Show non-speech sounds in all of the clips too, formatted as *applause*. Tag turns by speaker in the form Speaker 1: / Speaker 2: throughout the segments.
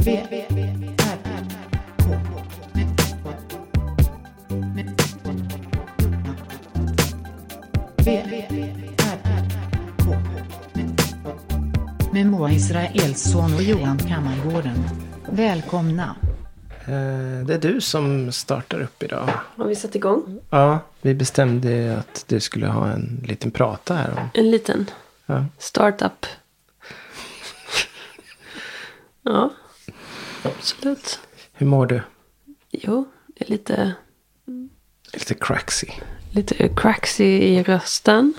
Speaker 1: V, R, K. V, R, K. Med Moa Israelsson och Johan Kammargården. Välkomna.
Speaker 2: Eh, Det är du som startar upp idag.
Speaker 3: Har vi satt igång?
Speaker 2: Ja, vi bestämde att du skulle ha en liten prata här. Om.
Speaker 3: En liten
Speaker 2: Ja.
Speaker 3: startup. ja, absolut.
Speaker 2: Hur mår du?
Speaker 3: Jo, det är lite,
Speaker 2: Lite cracksy.
Speaker 3: lite cracksy i rösten.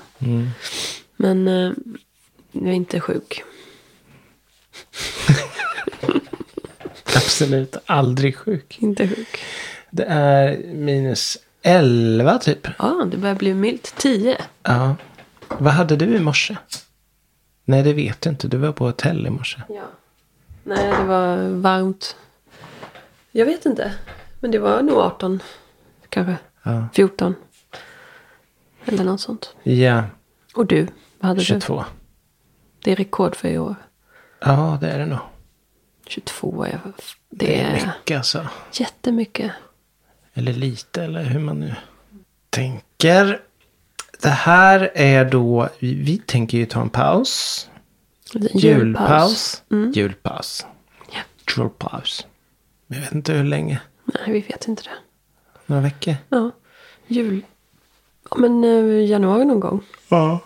Speaker 3: Men eh, jag är inte sjuk.
Speaker 2: *laughs* Absolut aldrig sjuk.
Speaker 3: Inte sjuk.
Speaker 2: Det är minus 11 typ.
Speaker 3: Ja, det börjar bli milt. 10.
Speaker 2: Ja. Vad hade du i morse? Nej, det vet du inte. Du var på hotell i morse.
Speaker 3: Ja. Nej, det var varmt. Jag vet inte. Men det var nog 18. Kanske.
Speaker 2: Ja.
Speaker 3: 14. Eller något sånt.
Speaker 2: Ja,
Speaker 3: Och du? Vad hade du?
Speaker 2: 22.
Speaker 3: Det är rekord för i år.
Speaker 2: Ja, det är det nog.
Speaker 3: 22 är...
Speaker 2: Det
Speaker 3: Det
Speaker 2: är
Speaker 3: är
Speaker 2: mycket alltså.
Speaker 3: jättemycket.
Speaker 2: Eller lite, eller hur man nu tänker. Det här är då, vi, vi tänker ju ta en paus.
Speaker 3: Liten
Speaker 2: Julpaus. Julpaus.
Speaker 3: Mm. Ja.
Speaker 2: Julpaus. Jag vet inte hur länge.
Speaker 3: Nej, vi vet inte det.
Speaker 2: Några veckor?
Speaker 3: Ja. Jul... Ja, men eh, januari någon gång.
Speaker 2: Ja.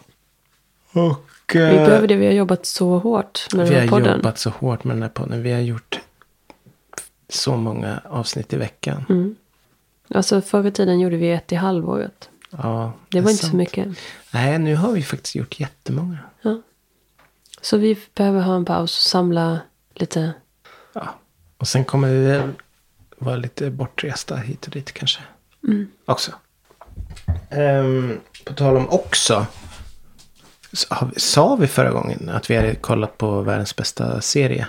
Speaker 2: Och... eh,
Speaker 3: Vi behöver det. Vi har jobbat så hårt med den
Speaker 2: Vi
Speaker 3: här
Speaker 2: har
Speaker 3: podden.
Speaker 2: jobbat så hårt med den här podden. Vi har gjort så många avsnitt i veckan.
Speaker 3: Mm. Alltså förr i tiden gjorde vi ett i halvåret.
Speaker 2: Ja,
Speaker 3: Det var
Speaker 2: är
Speaker 3: inte så
Speaker 2: sant.
Speaker 3: mycket.
Speaker 2: Nej, nu har vi faktiskt gjort jättemånga.
Speaker 3: Ja. Så vi behöver ha en paus och samla lite.
Speaker 2: Ja. Och sen kommer vi väl vara lite bortresta hit och dit kanske.
Speaker 3: Mm.
Speaker 2: Också. Ehm, på tal om också. Så har vi, sa vi förra gången att vi hade kollat på världens bästa serie?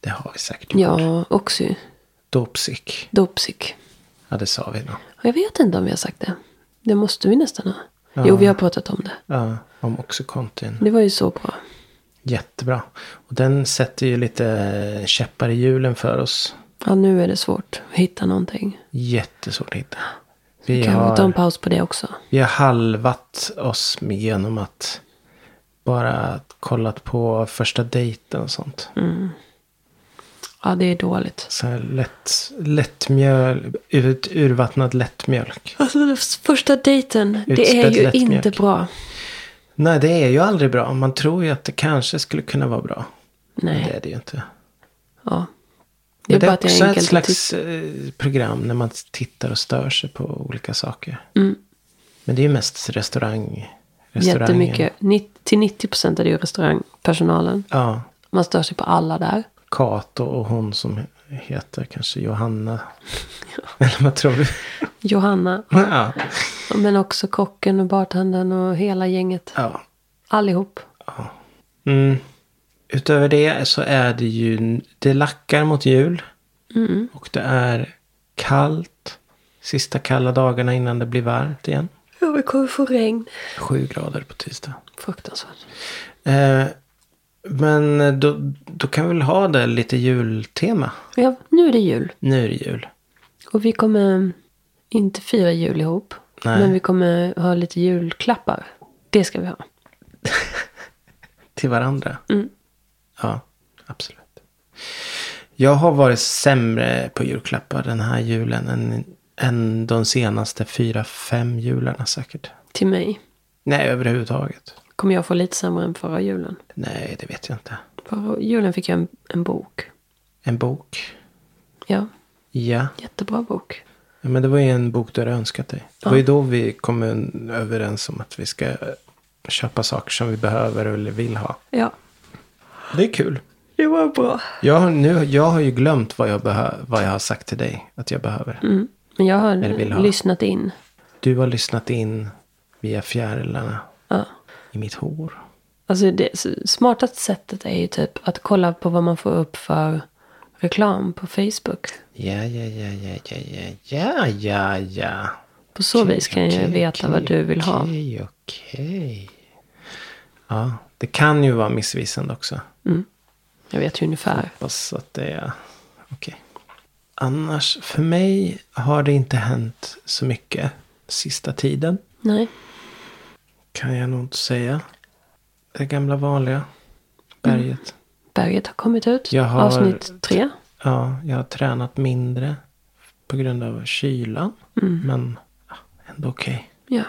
Speaker 2: Det har vi säkert.
Speaker 3: Ja, oxy.
Speaker 2: Dopsic.
Speaker 3: Dopsik.
Speaker 2: Ja, det sa vi nog.
Speaker 3: Jag vet inte om vi har sagt det. Det måste vi nästan ha. Jo, vi har pratat om det.
Speaker 2: Ja, om Oxycontin.
Speaker 3: Det var ju så bra.
Speaker 2: Jättebra. Och den sätter ju lite käppar i hjulen för oss.
Speaker 3: Ja, nu är det svårt att hitta någonting.
Speaker 2: Jättesvårt att hitta.
Speaker 3: Vi
Speaker 2: Vi
Speaker 3: kan
Speaker 2: har...
Speaker 3: ta en paus på det också.
Speaker 2: Vi har halvat oss med genom att bara kollat på första dejten och sånt.
Speaker 3: Mm. Ja, det är dåligt.
Speaker 2: Så här lätt, lättmjöl, ut, urvattnad lättmjölk.
Speaker 3: Alltså den första dejten, det är
Speaker 2: Utspädd
Speaker 3: ju
Speaker 2: lättmjölk.
Speaker 3: inte bra.
Speaker 2: Nej, det är ju aldrig bra. Man tror ju att det kanske skulle kunna vara bra. Men det
Speaker 3: Nej,
Speaker 2: är det ju inte.
Speaker 3: ja.
Speaker 2: Det
Speaker 3: Det är
Speaker 2: är, det
Speaker 3: bara
Speaker 2: är
Speaker 3: att det
Speaker 2: också
Speaker 3: är
Speaker 2: ett
Speaker 3: enkelt att
Speaker 2: slags eh, program när man tittar och stör sig på olika saker.
Speaker 3: mm,
Speaker 2: Men det är ju mest restaurang.
Speaker 3: titta.
Speaker 2: restaurangen.
Speaker 3: Jättemycket. Nitt- Till 90 procent är det ju restaurangpersonalen.
Speaker 2: Ja.
Speaker 3: Man stör sig på alla där.
Speaker 2: Kato och hon som heter kanske
Speaker 3: *laughs*
Speaker 2: Johanna. Eller vad tror du?
Speaker 3: Johanna,
Speaker 2: Ja.
Speaker 3: men också kocken och bartendern och hela gänget.
Speaker 2: ja.
Speaker 3: Allihop.
Speaker 2: Mm. Utöver det så är det ju, det lackar mot jul. Och det är kallt. Sista kalla dagarna innan det blir varmt igen.
Speaker 3: Ja, vi kommer få regn.
Speaker 2: Sju grader på tisdag.
Speaker 3: Fruktansvärt.
Speaker 2: Eh, men då, då kan vi väl ha det lite jultema.
Speaker 3: Ja, nu är det jul.
Speaker 2: Nu är det jul.
Speaker 3: Och vi kommer inte fira jul ihop.
Speaker 2: Nej.
Speaker 3: Men vi kommer ha lite julklappar. Det ska vi ha.
Speaker 2: Till varandra? Ja, absolut. Jag har varit sämre på julklappar den här julen än, än de senaste fyra, fem jularna säkert.
Speaker 3: Till mig.
Speaker 2: Nej, överhuvudtaget.
Speaker 3: Kommer jag få lite sämre än förra julen.
Speaker 2: Nej, det vet jag inte.
Speaker 3: Förra julen fick jag en, en bok.
Speaker 2: En bok?
Speaker 3: Ja,
Speaker 2: Ja.
Speaker 3: jättebra bok.
Speaker 2: ja, men det var ju en bok du hade önskat dig. Det var ju då vi kom en- överens om att vi ska eh, köpa saker som vi behöver eller vill ha.
Speaker 3: Ja,
Speaker 2: Det är kul.
Speaker 3: det var bra.
Speaker 2: Jag har, nu, jag har ju glömt vad jag, behö- vad jag har sagt till dig att jag behöver.
Speaker 3: Mm. Men jag har
Speaker 2: Eller vill ha.
Speaker 3: lyssnat in.
Speaker 2: Du har lyssnat in via fjärilarna
Speaker 3: Ja.
Speaker 2: i mitt hår.
Speaker 3: Alltså det s- smartaste sättet är ju typ att kolla på vad man får upp för reklam på Facebook.
Speaker 2: Ja, ja, ja, ja, ja, ja, ja, ja, ja.
Speaker 3: På så vis kan jag ju veta vad du vill ha.
Speaker 2: Okej, okej. Ja, det kan ju vara missvisande också.
Speaker 3: Jag vet ju ungefär.
Speaker 2: Hoppas att det är Okej. Annars, för mig har det inte hänt så mycket sista tiden.
Speaker 3: Nej.
Speaker 2: Kan jag nog inte säga. Det gamla vanliga. Berget.
Speaker 3: Berget har kommit ut.
Speaker 2: Jag har-
Speaker 3: Avsnitt tre.
Speaker 2: Ja, jag har tränat mindre. På grund av kylan.
Speaker 3: Mm.
Speaker 2: Men ja, ändå okej.
Speaker 3: Ja.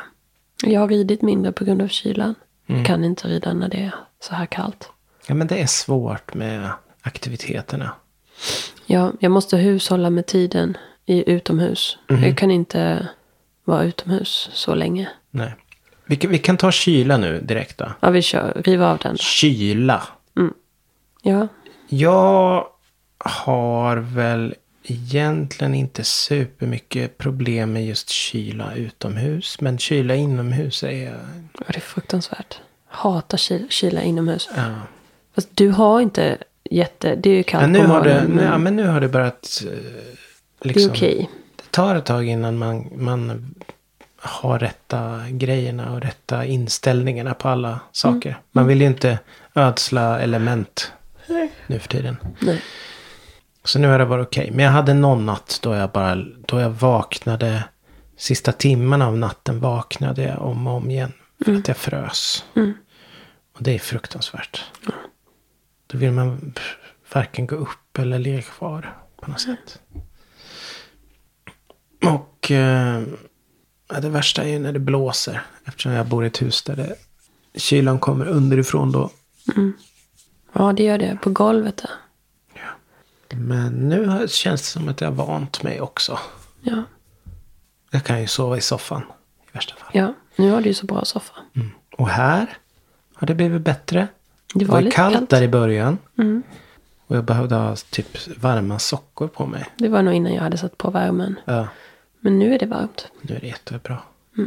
Speaker 3: Jag har ridit mindre på grund av kylan.
Speaker 2: Mm.
Speaker 3: Jag kan inte rida när det är så här kallt.
Speaker 2: Ja, men det är svårt med aktiviteterna.
Speaker 3: Ja, jag måste hushålla med tiden i utomhus.
Speaker 2: Mhm.
Speaker 3: Jag kan inte vara utomhus så länge.
Speaker 2: Nej. Vi, kan- vi kan ta kyla nu direkt då.
Speaker 3: Ja, vi kör. Riva av den.
Speaker 2: Kyla.
Speaker 3: Ja.
Speaker 2: Jag har väl egentligen inte supermycket problem med just kyla utomhus. Men kyla inomhus är...
Speaker 3: ja, det är fruktansvärt. Hatar kyla, kyla inomhus.
Speaker 2: Ja.
Speaker 3: Fast du har inte jätte... Det är ju kallt
Speaker 2: Ja, nu,
Speaker 3: på
Speaker 2: har det,
Speaker 3: morgonen.
Speaker 2: nu, ja, men nu har det börjat... eh,
Speaker 3: det är
Speaker 2: Liksom,
Speaker 3: okej.
Speaker 2: Det tar ett tag innan man, man har rätta grejerna och rätta inställningarna på alla saker. Man vill ju inte ödsla element nu för tiden.
Speaker 3: Nej.
Speaker 2: Så nu har det varit okej. Men jag hade någon natt då jag bara, då jag vaknade, sista timmen av natten vaknade jag om och om igen. För att jag frös. Och det är fruktansvärt. Då vill man pff, varken gå upp eller ligga kvar på något sätt. Och eh, ja, det värsta är ju när det blåser. Eftersom jag bor i ett hus där det, kylan kommer underifrån då.
Speaker 3: Ja, det gör det. På golvet där.
Speaker 2: Men nu har- känns det som att jag har vant mig också.
Speaker 3: Ja.
Speaker 2: Jag kan ju sova i soffan i värsta fall.
Speaker 3: ja. Nu har du ju så bra soffa.
Speaker 2: Mm. Och här har det blivit bättre.
Speaker 3: Det var lite Mm. kallt.
Speaker 2: där i början. Och jag behövde ha typ varma sockor på mig.
Speaker 3: Det var nog innan jag hade satt på värmen.
Speaker 2: Ja,
Speaker 3: Men nu är det varmt.
Speaker 2: nu är det jättebra. Det är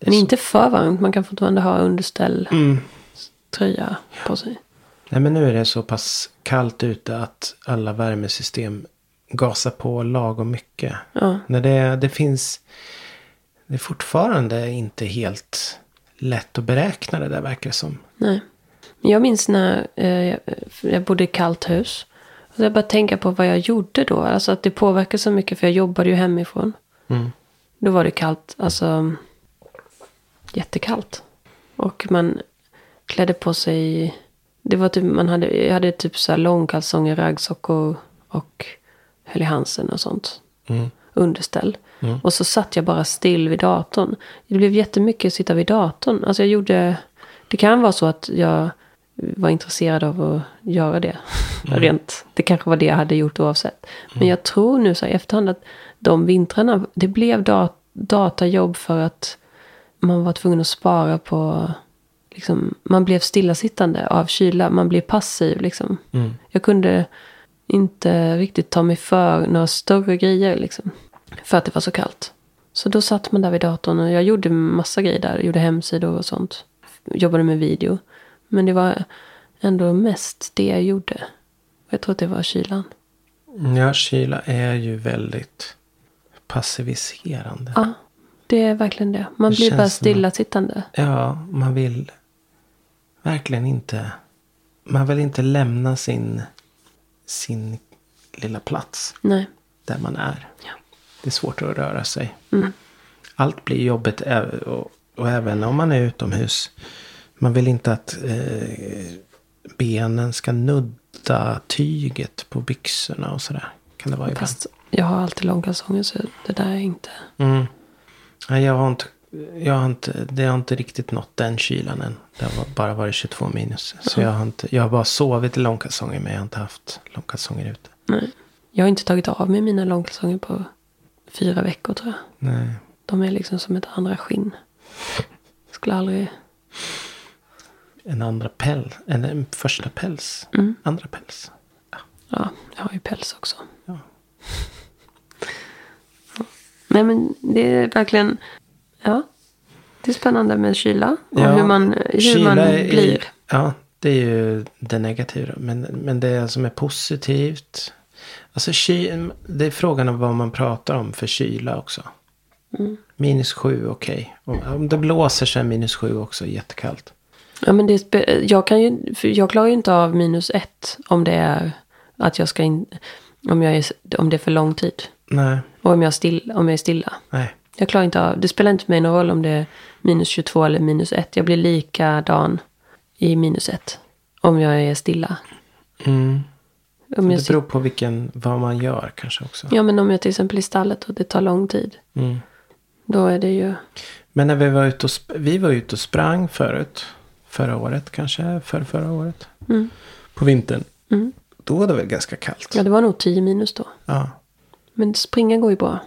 Speaker 3: Men
Speaker 2: så-
Speaker 3: inte för varmt. Man kan fortfarande ha underställ,
Speaker 2: Mm.
Speaker 3: tröja på sig.
Speaker 2: Nej men nu är det så pass kallt ute att alla värmesystem gasar på lagom mycket.
Speaker 3: Ja.
Speaker 2: När det, det finns... Det är fortfarande inte helt lätt att beräkna det där verkar det som.
Speaker 3: Nej. Men Jag minns när eh, jag- jag bodde i kallt hus. Och jag bara tänka på vad jag gjorde då. Alltså att det påverkar så mycket för jag jobbade ju hemifrån.
Speaker 2: Mm.
Speaker 3: Då var det kallt, alltså jättekallt. Och man klädde på sig, det var typ, man hade, jag hade typ så här långkalsonger, raggsockor och höll i halsen och sånt. Underställ. Och så satt jag bara still vid datorn. Det blev jättemycket att sitta vid datorn. Alltså jag gjorde, det kan vara så att jag var intresserad av att göra det. *laughs* Rent, det kanske var det jag hade gjort oavsett. Men jag tror nu så här i efterhand att de vintrarna, det blev dat- datajobb för att man var tvungen att spara på... Liksom, man blev stillasittande av kyla. Man blev passiv. Liksom.
Speaker 2: Mm.
Speaker 3: Jag kunde inte riktigt ta mig för några större grejer. Liksom, för att det var så kallt. Så då satt man där vid datorn och jag gjorde massa grejer där. Gjorde hemsidor och sånt. Jobbade med video. Men det var ändå mest det jag gjorde. Jag tror att det var kylan.
Speaker 2: Ja, kyla är ju väldigt passiviserande.
Speaker 3: Ja, det är verkligen det. Man
Speaker 2: Det
Speaker 3: blir
Speaker 2: känns
Speaker 3: bara
Speaker 2: som att-
Speaker 3: stillasittande.
Speaker 2: Ja, man vill verkligen inte... Man vill inte lämna sin, sin lilla plats
Speaker 3: Nej.
Speaker 2: där man är.
Speaker 3: Ja.
Speaker 2: Det är svårt att röra sig. Allt blir jobbigt ä- och, och även om man är utomhus. Man vill inte att eh, benen ska nudda tyget på byxorna och sådär. Kan det vara ibland.
Speaker 3: Fast jag har alltid långkalsonger så det där är inte...
Speaker 2: Mm. Nej, jag har inte, jag har inte, det har inte riktigt nått den kylan än. Det har bara varit 22 minus. Så jag har, inte, jag har bara sovit i långkalsonger men jag har inte haft långkalsonger ute.
Speaker 3: Nej. Jag har inte tagit av mig mina långkalsonger på fyra veckor tror jag.
Speaker 2: Nej.
Speaker 3: De är liksom som ett andra skinn. Skulle aldrig...
Speaker 2: En andra päls, en, en första päls, andra päls.
Speaker 3: Ja, jag har ju päls också.
Speaker 2: Ja.
Speaker 3: Nej men det är verkligen... Ja. Det är spännande med kyla. Och
Speaker 2: Ja,
Speaker 3: hur man, hur
Speaker 2: kyla
Speaker 3: man
Speaker 2: är-
Speaker 3: blir.
Speaker 2: Ja, det är ju det negativa. Men, men det som är positivt. Alltså ky, det är frågan om vad man pratar om för kyla också.
Speaker 3: Mm.
Speaker 2: Minus sju, okej. Om, om det blåser så är minus sju också jättekallt.
Speaker 3: Ja, men det är spe- jag, kan ju, för jag klarar ju inte av minus ett om det är att jag ska in... Om, jag är, om det är för lång tid.
Speaker 2: Nej,
Speaker 3: Och om jag, är still, om jag är stilla.
Speaker 2: nej.
Speaker 3: Jag klarar inte av, det spelar inte mig någon roll om det är minus 22 eller minus 1. Jag blir likadan i minus 1. Om jag är stilla.
Speaker 2: Mm.
Speaker 3: Om jag
Speaker 2: Det beror på vilken, vad man gör kanske också.
Speaker 3: Ja, men om jag till exempel är i stallet och det tar lång tid.
Speaker 2: Mm.
Speaker 3: Då är det ju...
Speaker 2: Men när vi var ute och, sp- vi var ute och sprang förut. Förra året kanske, för förra året. På vintern. Då var det väl ganska kallt?
Speaker 3: Mm. Ja, det var nog 10 minus då.
Speaker 2: Ja.
Speaker 3: Men springa går ju bra.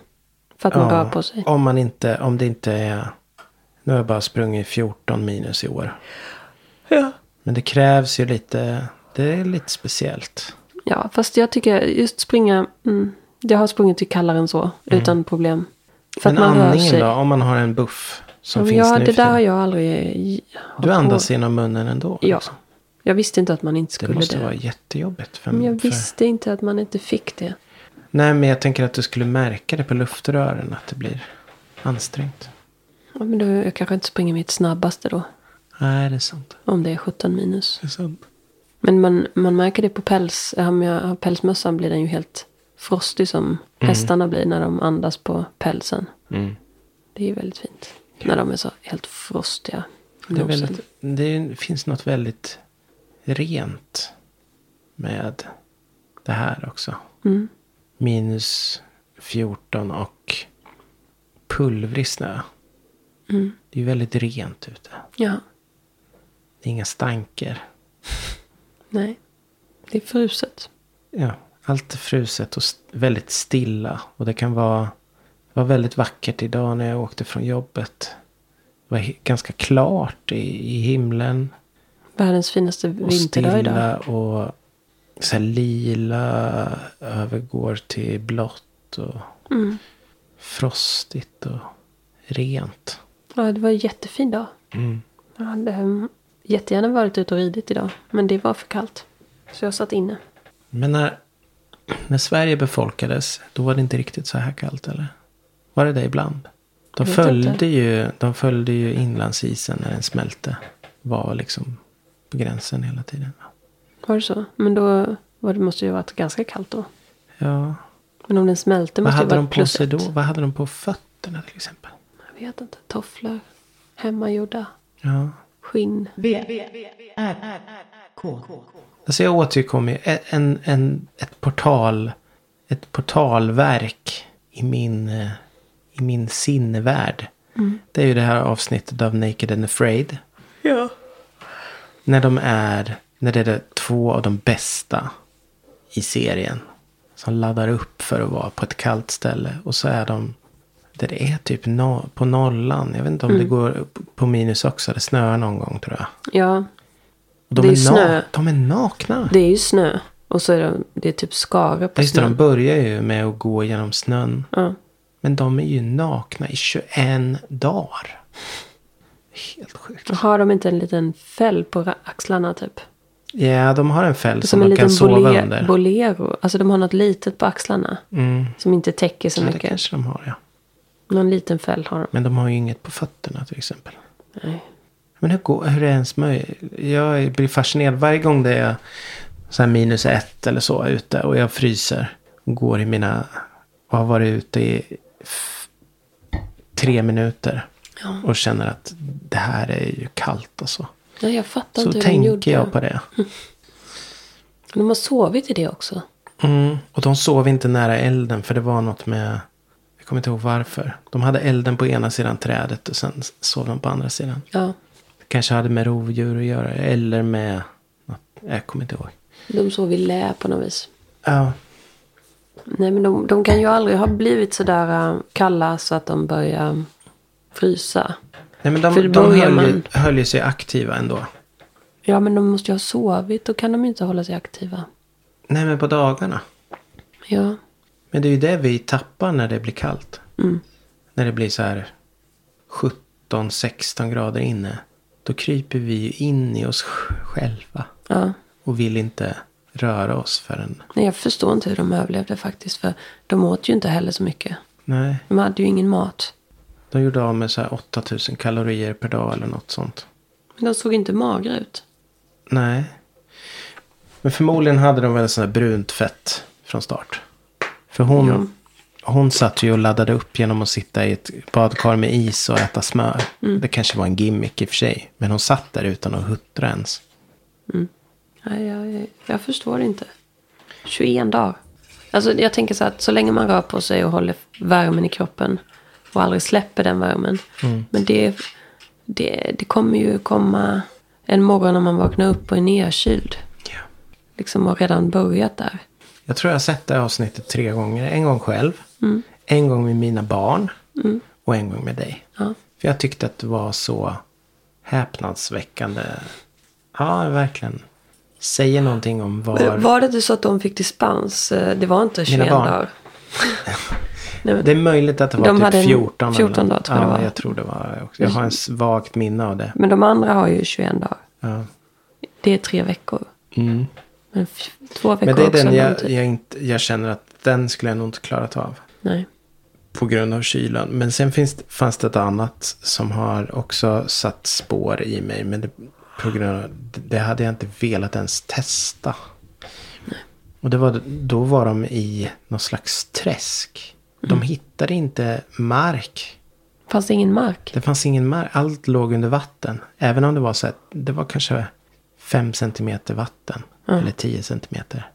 Speaker 3: För att man rör på sig.
Speaker 2: Om, man inte, om det inte är... Nu har jag bara sprungit 14 minus i år.
Speaker 3: Ja.
Speaker 2: Men det krävs ju lite... Det är lite speciellt.
Speaker 3: ja, fast jag tycker just springa... Mm, jag har sprungit i kallare än så. Utan problem. För
Speaker 2: Mm. Men
Speaker 3: att man rör sig.
Speaker 2: andningen då? Om man har en buff som
Speaker 3: Ja, men
Speaker 2: finns
Speaker 3: ja,
Speaker 2: nu
Speaker 3: det
Speaker 2: för
Speaker 3: där har
Speaker 2: tiden.
Speaker 3: jag aldrig...
Speaker 2: Du andas genom munnen ändå?
Speaker 3: Ja.
Speaker 2: liksom.
Speaker 3: Jag visste inte att man inte
Speaker 2: Det
Speaker 3: skulle
Speaker 2: måste
Speaker 3: det.
Speaker 2: vara jättejobbigt. För,
Speaker 3: Men jag
Speaker 2: för...
Speaker 3: visste inte att man inte fick det.
Speaker 2: Nej, men jag tänker att du skulle märka det på luftrören. Att det blir ansträngt.
Speaker 3: Ja, men då, jag kanske inte springer mitt snabbaste då.
Speaker 2: Nej, det är sant.
Speaker 3: Om det är 17 minus.
Speaker 2: Det är sant.
Speaker 3: Men man, man märker det på päls. Om jag har pälsmössan blir den ju helt frostig som hästarna blir när de andas på pälsen.
Speaker 2: Mm.
Speaker 3: Det är ju väldigt fint. När de är så helt frostiga. i
Speaker 2: Det, är
Speaker 3: nosen.
Speaker 2: väldigt, det är- finns något väldigt rent med det här också.
Speaker 3: Mm,
Speaker 2: Minus 14 och pulvrig snö. Det är väldigt rent ute.
Speaker 3: Ja,
Speaker 2: Det är inga stanker.
Speaker 3: nej. Det är fruset.
Speaker 2: Ja, allt är fruset och st- väldigt stilla. Och det kan vara... Det var väldigt vackert idag när jag åkte från jobbet. Det var he- ganska klart i, i himlen.
Speaker 3: Världens finaste
Speaker 2: Och
Speaker 3: vinterdag idag.
Speaker 2: stilla och så här lila övergår till blått och
Speaker 3: Mm.
Speaker 2: frostigt och rent.
Speaker 3: Ja, det var en jättefin dag. Jag hade mm, jättegärna varit ute och ridit idag. Men det var för kallt. Så jag satt inne.
Speaker 2: Men när, när Sverige befolkades, då var det inte riktigt så här kallt eller? Var det det ibland? De
Speaker 3: Jag vet
Speaker 2: följde,
Speaker 3: inte.
Speaker 2: ju, de följde ju inlandsisen när den smälte. Var liksom på gränsen hela tiden.
Speaker 3: Var det så? Men då var det, måste det ju ha varit ganska kallt då.
Speaker 2: Ja.
Speaker 3: Men om den smälte
Speaker 2: Vad
Speaker 3: måste det
Speaker 2: hade
Speaker 3: ha
Speaker 2: de
Speaker 3: varit
Speaker 2: på
Speaker 3: plus
Speaker 2: sig
Speaker 3: ett.
Speaker 2: då? Vad hade de på fötterna till exempel?
Speaker 3: Jag vet inte. Tofflor. Hemmagjorda.
Speaker 2: Ja.
Speaker 3: Skinn.
Speaker 1: V, R, R, K.
Speaker 2: Alltså jag återkommer ju en, en, en, ett portal, ett portalverk i min, eh, i min sinnevärld.
Speaker 3: Mm.
Speaker 2: Det är ju det här avsnittet av Naked and Afraid.
Speaker 3: Ja.
Speaker 2: När de är, när det är de- två av de bästa i serien. Som laddar upp för att vara på ett kallt ställe. Och så är de, där det är typ no, på nollan. Jag vet inte om
Speaker 3: Mm.
Speaker 2: det går upp på minus också. Det snöar någon gång tror jag.
Speaker 3: Ja.
Speaker 2: Och de
Speaker 3: Det är
Speaker 2: na-
Speaker 3: snö.
Speaker 2: De är nakna.
Speaker 3: Det är ju snö. Och så är det, det är typ skare
Speaker 2: Ja,
Speaker 3: på
Speaker 2: just det, de
Speaker 3: snön.
Speaker 2: börjar ju med att gå genom snön.
Speaker 3: Ja.
Speaker 2: Men de är ju nakna i 21 dagar. Helt sjukt.
Speaker 3: Har de inte en liten fäll på ra- axlarna typ?
Speaker 2: Ja, de har en fäll som,
Speaker 3: Som en
Speaker 2: de
Speaker 3: liten
Speaker 2: kan sova
Speaker 3: bole-
Speaker 2: under.
Speaker 3: bolero. Alltså de har något litet på axlarna.
Speaker 2: mm.
Speaker 3: Som inte täcker så
Speaker 2: Ja, det
Speaker 3: mycket.
Speaker 2: kanske de har, ja.
Speaker 3: Någon liten fäll har de.
Speaker 2: Men de har ju inget på fötterna till exempel.
Speaker 3: Nej.
Speaker 2: Men hur, går, hur är det ens möjligt? Jag blir fascinerad varje gång det är så här minus ett eller så ute och jag fryser. Och går i mina... Och har varit ute i f- tre minuter.
Speaker 3: Ja.
Speaker 2: Och känner att det här är ju kallt alltså. och så.
Speaker 3: Nej, jag fattar
Speaker 2: Så
Speaker 3: inte hur de
Speaker 2: tänker
Speaker 3: gjorde.
Speaker 2: jag på det.
Speaker 3: De har sovit i det också.
Speaker 2: Mm. Och de sov inte nära elden för det var något med... Jag kommer inte ihåg varför. De hade elden på ena sidan trädet och sen sov de på andra sidan.
Speaker 3: Ja.
Speaker 2: Det kanske hade med rovdjur att göra eller med... något- Jag kommer inte ihåg.
Speaker 3: De sov i lä på något vis.
Speaker 2: Ja,
Speaker 3: Nej, men de, de kan ju aldrig ha blivit sådär äh, kalla så att de börjar um, frysa.
Speaker 2: Nej, men de,
Speaker 3: För det
Speaker 2: de
Speaker 3: börjar
Speaker 2: höll, ju,
Speaker 3: man-
Speaker 2: höll ju sig aktiva ändå.
Speaker 3: Ja, men de måste ju ha sovit. Då kan de ju inte hålla sig aktiva.
Speaker 2: Nej, men på dagarna.
Speaker 3: Ja,
Speaker 2: Men det är ju det vi tappar när det blir kallt.
Speaker 3: Mm.
Speaker 2: När det blir så här 17-16 grader inne. Då kryper vi ju in i oss sj- själva.
Speaker 3: ja.
Speaker 2: Och vill inte röra oss förrän...
Speaker 3: Nej, jag förstår inte hur de överlevde faktiskt. För de åt ju inte heller så mycket.
Speaker 2: Nej,
Speaker 3: De hade ju ingen mat.
Speaker 2: de gjorde av med så här 8000 kalorier per dag eller något sånt.
Speaker 3: Men de såg inte magra ut.
Speaker 2: Nej. Men förmodligen hade de väl sån här brunt fett. från start. För hon, hon satt ju och laddade upp genom att sitta i ett badkar med is och äta smör. Det kanske var en gimmick i och för sig. Men hon satt där utan att huttra ens.
Speaker 3: Nej, jag, jag förstår inte. 21 dagar. Alltså, jag tänker så här att så länge man rör på sig och håller värmen i kroppen och aldrig släpper den värmen.
Speaker 2: Mm.
Speaker 3: Men det, det, det kommer ju komma en morgon när man vaknar upp och är nedkyld. Liksom har redan börjat där.
Speaker 2: Jag tror jag har sett det här avsnittet tre gånger. En gång själv,
Speaker 3: Mm.
Speaker 2: en gång med mina barn och en gång med dig.
Speaker 3: Ja.
Speaker 2: För jag tyckte att det var så häpnadsväckande. Ja, verkligen. Säger någonting om var...
Speaker 3: Men Var det inte så att de fick dispens? Eh, Det var inte 21
Speaker 2: barn. *laughs*
Speaker 3: dagar. Nej, men,
Speaker 2: Det är möjligt att det var
Speaker 3: De
Speaker 2: typ
Speaker 3: hade en
Speaker 2: 14. eller
Speaker 3: 14
Speaker 2: något.
Speaker 3: dagar, tror
Speaker 2: ja,
Speaker 3: jag det var. Mm.
Speaker 2: jag tror det var också. Jag har en svagt minne av det.
Speaker 3: men de andra har ju 21 dagar.
Speaker 2: Ja.
Speaker 3: Det är tre veckor.
Speaker 2: Mm.
Speaker 3: Men f- två veckor
Speaker 2: Men det är
Speaker 3: också.
Speaker 2: den
Speaker 3: någon
Speaker 2: jag,
Speaker 3: typ.
Speaker 2: jag, inte, jag känner att den skulle jag nog inte klarat av.
Speaker 3: Nej.
Speaker 2: På grund av kylan. Men sen finns, det- fanns det ett annat som har också satt spår i mig. Men det, på grund av, det hade jag inte velat ens testa. Och det var, då var de i någon slags träsk. De hittade inte mark.
Speaker 3: Fanns det ingen mark?
Speaker 2: Det fanns ingen mark. Allt låg under vatten. Även om det var så att det var kanske 5 centimeter vatten. Eller 10 centimeter.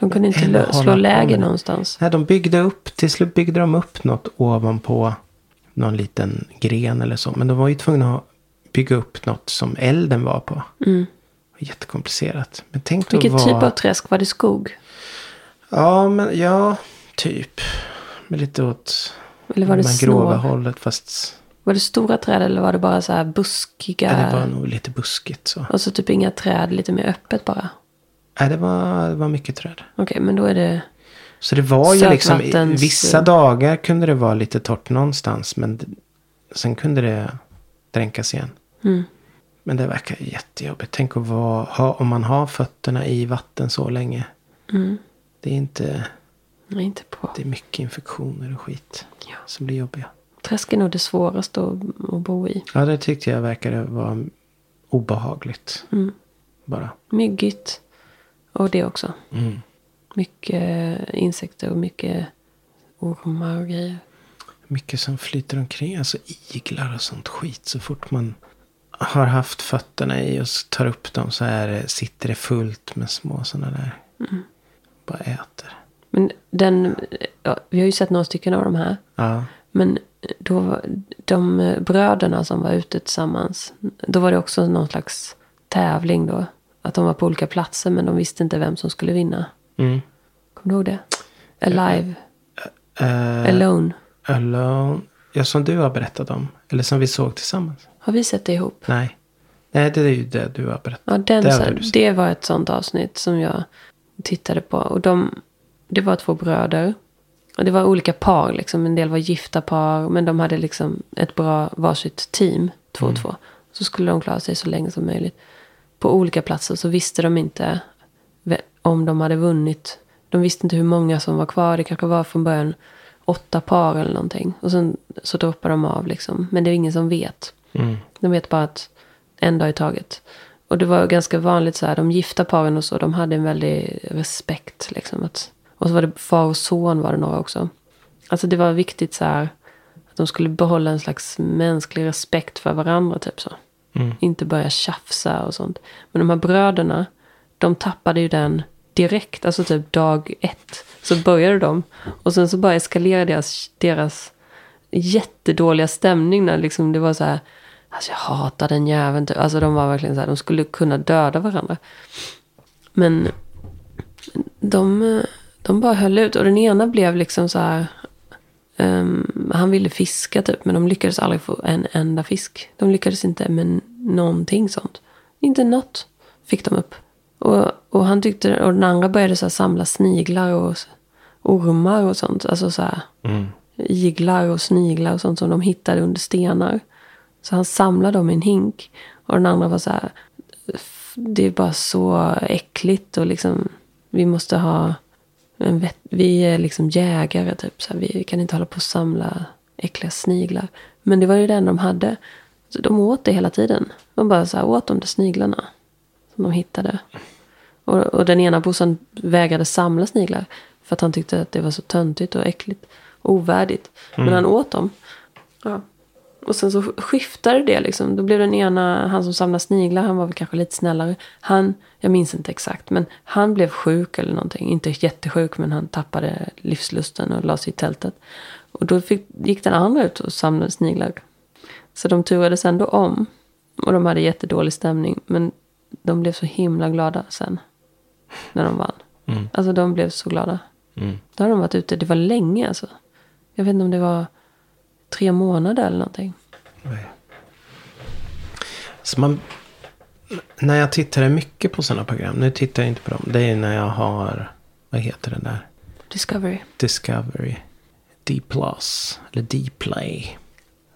Speaker 3: De kunde inte
Speaker 2: En
Speaker 3: lö-
Speaker 2: har
Speaker 3: slå
Speaker 2: man
Speaker 3: läger
Speaker 2: kommit.
Speaker 3: någonstans.
Speaker 2: Nej, de byggde upp. Till slut byggde de upp något ovanpå någon liten gren eller så. Men de var ju tvungna att bygga upp något som elden var på. Jättekomplicerat. Men tänk då
Speaker 3: Mm. Vilket
Speaker 2: vad...
Speaker 3: typ av träsk var det? Skog?
Speaker 2: Ja, men ja, typ. Men lite åt
Speaker 3: Eller var det
Speaker 2: mangrova
Speaker 3: snår?
Speaker 2: hållet. Fast
Speaker 3: Var det stora träd eller var det bara så här buskiga?
Speaker 2: ja. det var nog lite buskigt så.
Speaker 3: Och så typ inga träd, lite mer öppet bara.
Speaker 2: Nej, det var, det var mycket träd.
Speaker 3: Okej, men då är det...
Speaker 2: Så det var ju liksom,
Speaker 3: Sötvattens-
Speaker 2: vissa dagar kunde det vara lite torrt någonstans. Men d- sen kunde det dränkas igen.
Speaker 3: Mm,
Speaker 2: Men det verkar ju jättejobbigt. Tänk att vara, ha, om man har fötterna i vatten så länge. Det är inte,
Speaker 3: mm. Nej, inte på.
Speaker 2: det är mycket infektioner och skit.
Speaker 3: Ja.
Speaker 2: Som blir jobbiga.
Speaker 3: Träsk är nog det svåraste att, att bo i.
Speaker 2: Ja, det tyckte jag verkade vara obehagligt. Bara.
Speaker 3: Myggigt. Och det också.
Speaker 2: Mm.
Speaker 3: Mycket insekter och mycket ormar och grejer.
Speaker 2: Mycket som flyter omkring, alltså iglar och sånt skit. Så fort man har haft fötterna i och så tar upp dem så är det, sitter det fullt med små sådana där. Bara äter.
Speaker 3: Men den... Ja, vi har ju sett några stycken av de här.
Speaker 2: Ja.
Speaker 3: Men eh, då, var- de eh, bröderna som var ute tillsammans, då var det också någon slags tävling då. Att de var på olika platser men de visste inte vem som skulle vinna.
Speaker 2: Mm.
Speaker 3: Kommer du ihåg det? Alive,
Speaker 2: Eh,
Speaker 3: Alone.
Speaker 2: alone. Ja, som du har berättat om. Eller som vi såg tillsammans.
Speaker 3: Har vi sett det ihop?
Speaker 2: Nej. Nej, det är ju det du har berättat.
Speaker 3: Ja, den,
Speaker 2: Det
Speaker 3: det,
Speaker 2: har du sett.
Speaker 3: det var ett sånt avsnitt som jag tittade på. Och de, det var två bröder. Och det var olika par, liksom. en del var gifta par. Men de hade liksom ett bra varsitt team, två
Speaker 2: Mm.
Speaker 3: och två. Så skulle de klara sig så länge som möjligt. På olika platser så visste de inte ve- om de hade vunnit. De visste inte hur många som var kvar. Det kanske var från början åtta par eller någonting. Och sen så droppar de av liksom. Men det är ingen som vet. De vet bara att en dag i taget. Och det var ganska vanligt så här, de gifta paren och så, de hade en väldig respekt liksom. Att, och så var det far och son var det några också. Alltså det var viktigt så här, att de skulle behålla en slags mänsklig respekt för varandra typ så. Inte börja tjafsa och sånt. Men de här bröderna, de tappade ju den direkt, alltså typ dag ett. Så började de. Och sen så bara eskalerade deras, deras jättedåliga stämning när liksom det var så här. Alltså jag hatar den jäveln. typ. Alltså de var verkligen så här, de skulle kunna döda varandra. Men de, de bara höll ut. Och den ena blev liksom så här. ehm, han ville fiska typ. Men de lyckades aldrig få en enda fisk. De lyckades inte med någonting sånt. Inte något fick de upp. Och, och han tyckte, och den andra började så här samla sniglar och ormar och sånt. Alltså så här iglar och sniglar och sånt som de hittade under stenar. Så han samlade dem i en hink. Och den andra var så här, "F- det är bara så äckligt och liksom, vi måste ha, en vet- vi är liksom jägare typ, så här, vi kan inte hålla på och samla äckliga sniglar. Men det var ju det enda de hade. Så de åt det hela tiden. De bara så här, åt de där sniglarna som de hittade. Och, och den ena bossan vägrade samla sniglar. För att han tyckte att det var så töntigt och äckligt. Och ovärdigt. Men han åt dem. Ja. Och sen så skiftade det liksom. Då blev den ena, han som samlade sniglar, han var väl kanske lite snällare. Han, jag minns inte exakt, men han blev sjuk eller någonting. Inte jättesjuk, men han tappade livslusten och la sig i tältet. Och då fick, gick den andra ut och samlade sniglar. Så de turades ändå om. Och de hade jättedålig stämning. Men de blev så himla glada sen. När de vann. Alltså de blev så glada. Då hade de varit ute, det var länge alltså. Jag vet inte om det var tre månader eller någonting.
Speaker 2: Nej. Så man, när jag tittade mycket på sådana program, nu tittar jag inte på dem, det är när jag har, vad heter den där,
Speaker 3: Discovery.
Speaker 2: Discovery, D-plus, eller D-play.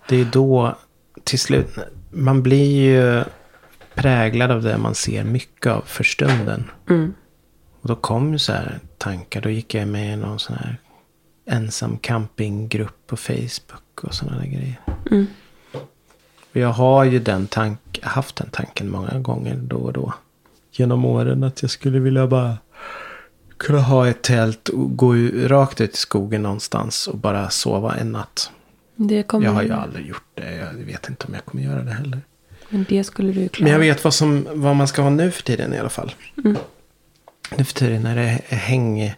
Speaker 2: Det är då, till slut, man blir ju präglad av det man ser mycket av för stunden. Och då kom ju så här tankar, då gick jag med i någon sån här ensam campinggrupp på Facebook och sådana där grejer. Och Jag har ju den tank, haft den tanken många gånger då och då. Genom åren att jag skulle vilja bara kunna ha ett tält och gå u- rakt ut i skogen någonstans och bara sova en natt.
Speaker 3: Det kommer,
Speaker 2: Jag har ju aldrig gjort det. Jag vet inte om jag kommer göra det heller.
Speaker 3: Men det skulle du ju klara.
Speaker 2: Men jag vet vad, som, vad man ska ha nu för tiden i alla fall. Nu för tiden är det häng,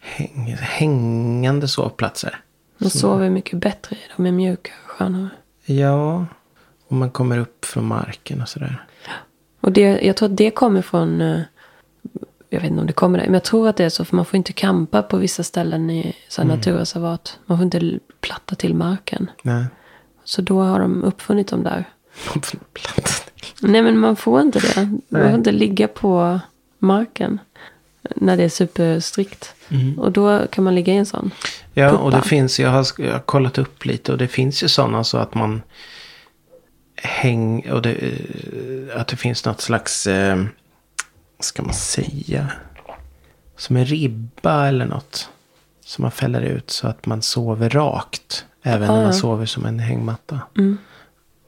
Speaker 2: häng, hängande sovplatser.
Speaker 3: Man sover mycket bättre i dem, är mjukare och skönare.
Speaker 2: Ja, och man kommer upp från marken och sådär.
Speaker 3: Och det, jag tror att det kommer från... eh, Jag vet inte om det kommer där, men jag tror att det är så. För man får inte kampa på vissa ställen i så här
Speaker 2: Mm.
Speaker 3: naturreservat. Man får inte l- platta till marken.
Speaker 2: Nej. *laughs*
Speaker 3: Så då har de uppfunnit dem där.
Speaker 2: Platt.
Speaker 3: Nej men man får inte det. Man får inte ligga på marken. När det är superstrikt.
Speaker 2: Mm.
Speaker 3: Och då kan man ligga i en sån.
Speaker 2: Ja,
Speaker 3: Puppa.
Speaker 2: och det finns, jag har, jag har kollat upp lite och det finns ju sådana så att man häng, och det, eh, att det finns något slags, eh, vad ska man säga, som en ribba eller något. Som man fäller ut så att man sover rakt. Även när man sover som en hängmatta.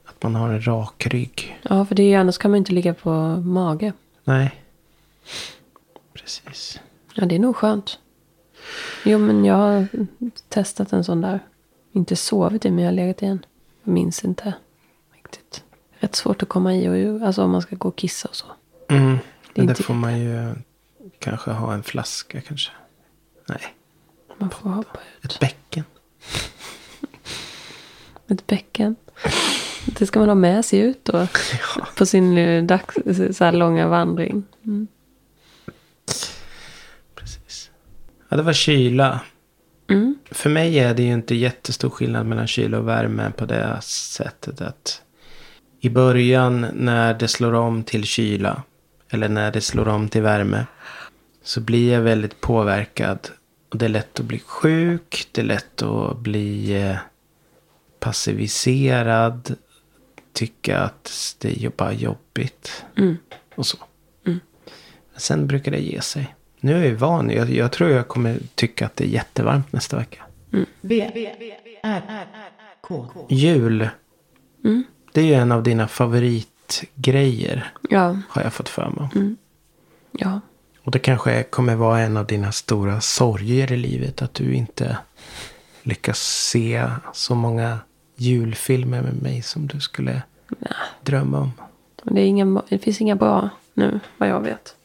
Speaker 2: Att man har en rak rygg.
Speaker 3: Ja, för det är ju annars kan man inte ligga på mage.
Speaker 2: Nej. Precis.
Speaker 3: Ja, det är nog skönt. Jo, men jag har testat en sån där. Inte sovit i, men jag har legat i en. Jag minns inte riktigt. Rätt svårt att komma i och ur. Alltså om man ska gå och kissa och så.
Speaker 2: Mm. Men där
Speaker 3: inte-
Speaker 2: får man ju kanske ha en flaska kanske. Nej.
Speaker 3: Man får hoppa ut.
Speaker 2: Ett bäcken.
Speaker 3: Ett bäcken. Det ska man ha med sig ut då. På sin eh, dags, så här långa vandring.
Speaker 2: Precis. Ja, det var kyla.
Speaker 3: Mm.
Speaker 2: För mig är det ju inte jättestor skillnad mellan kyla och värme på det sättet att i början när det slår om till kyla eller när det slår om till värme så blir jag väldigt påverkad. Och det är lätt att bli sjuk, det är lätt att bli eh, passiviserad, tycka att det är ju bara jobbigt och så. Men Sen brukar det ge sig. Nu är jag ju van. Jag, jag tror jag kommer tycka att det är jättevarmt nästa vecka.
Speaker 1: B, R, K.
Speaker 2: Jul.
Speaker 3: Mm.
Speaker 2: Det är ju en av dina favoritgrejer.
Speaker 3: Ja,
Speaker 2: Har jag fått för mig.
Speaker 3: Mm. ja.
Speaker 2: Och det kanske kommer vara en av dina stora sorger i livet. Att du inte lyckas se så många julfilmer med mig som du skulle drömma om.
Speaker 3: Det, är inga, det finns inga bra nu, vad jag vet.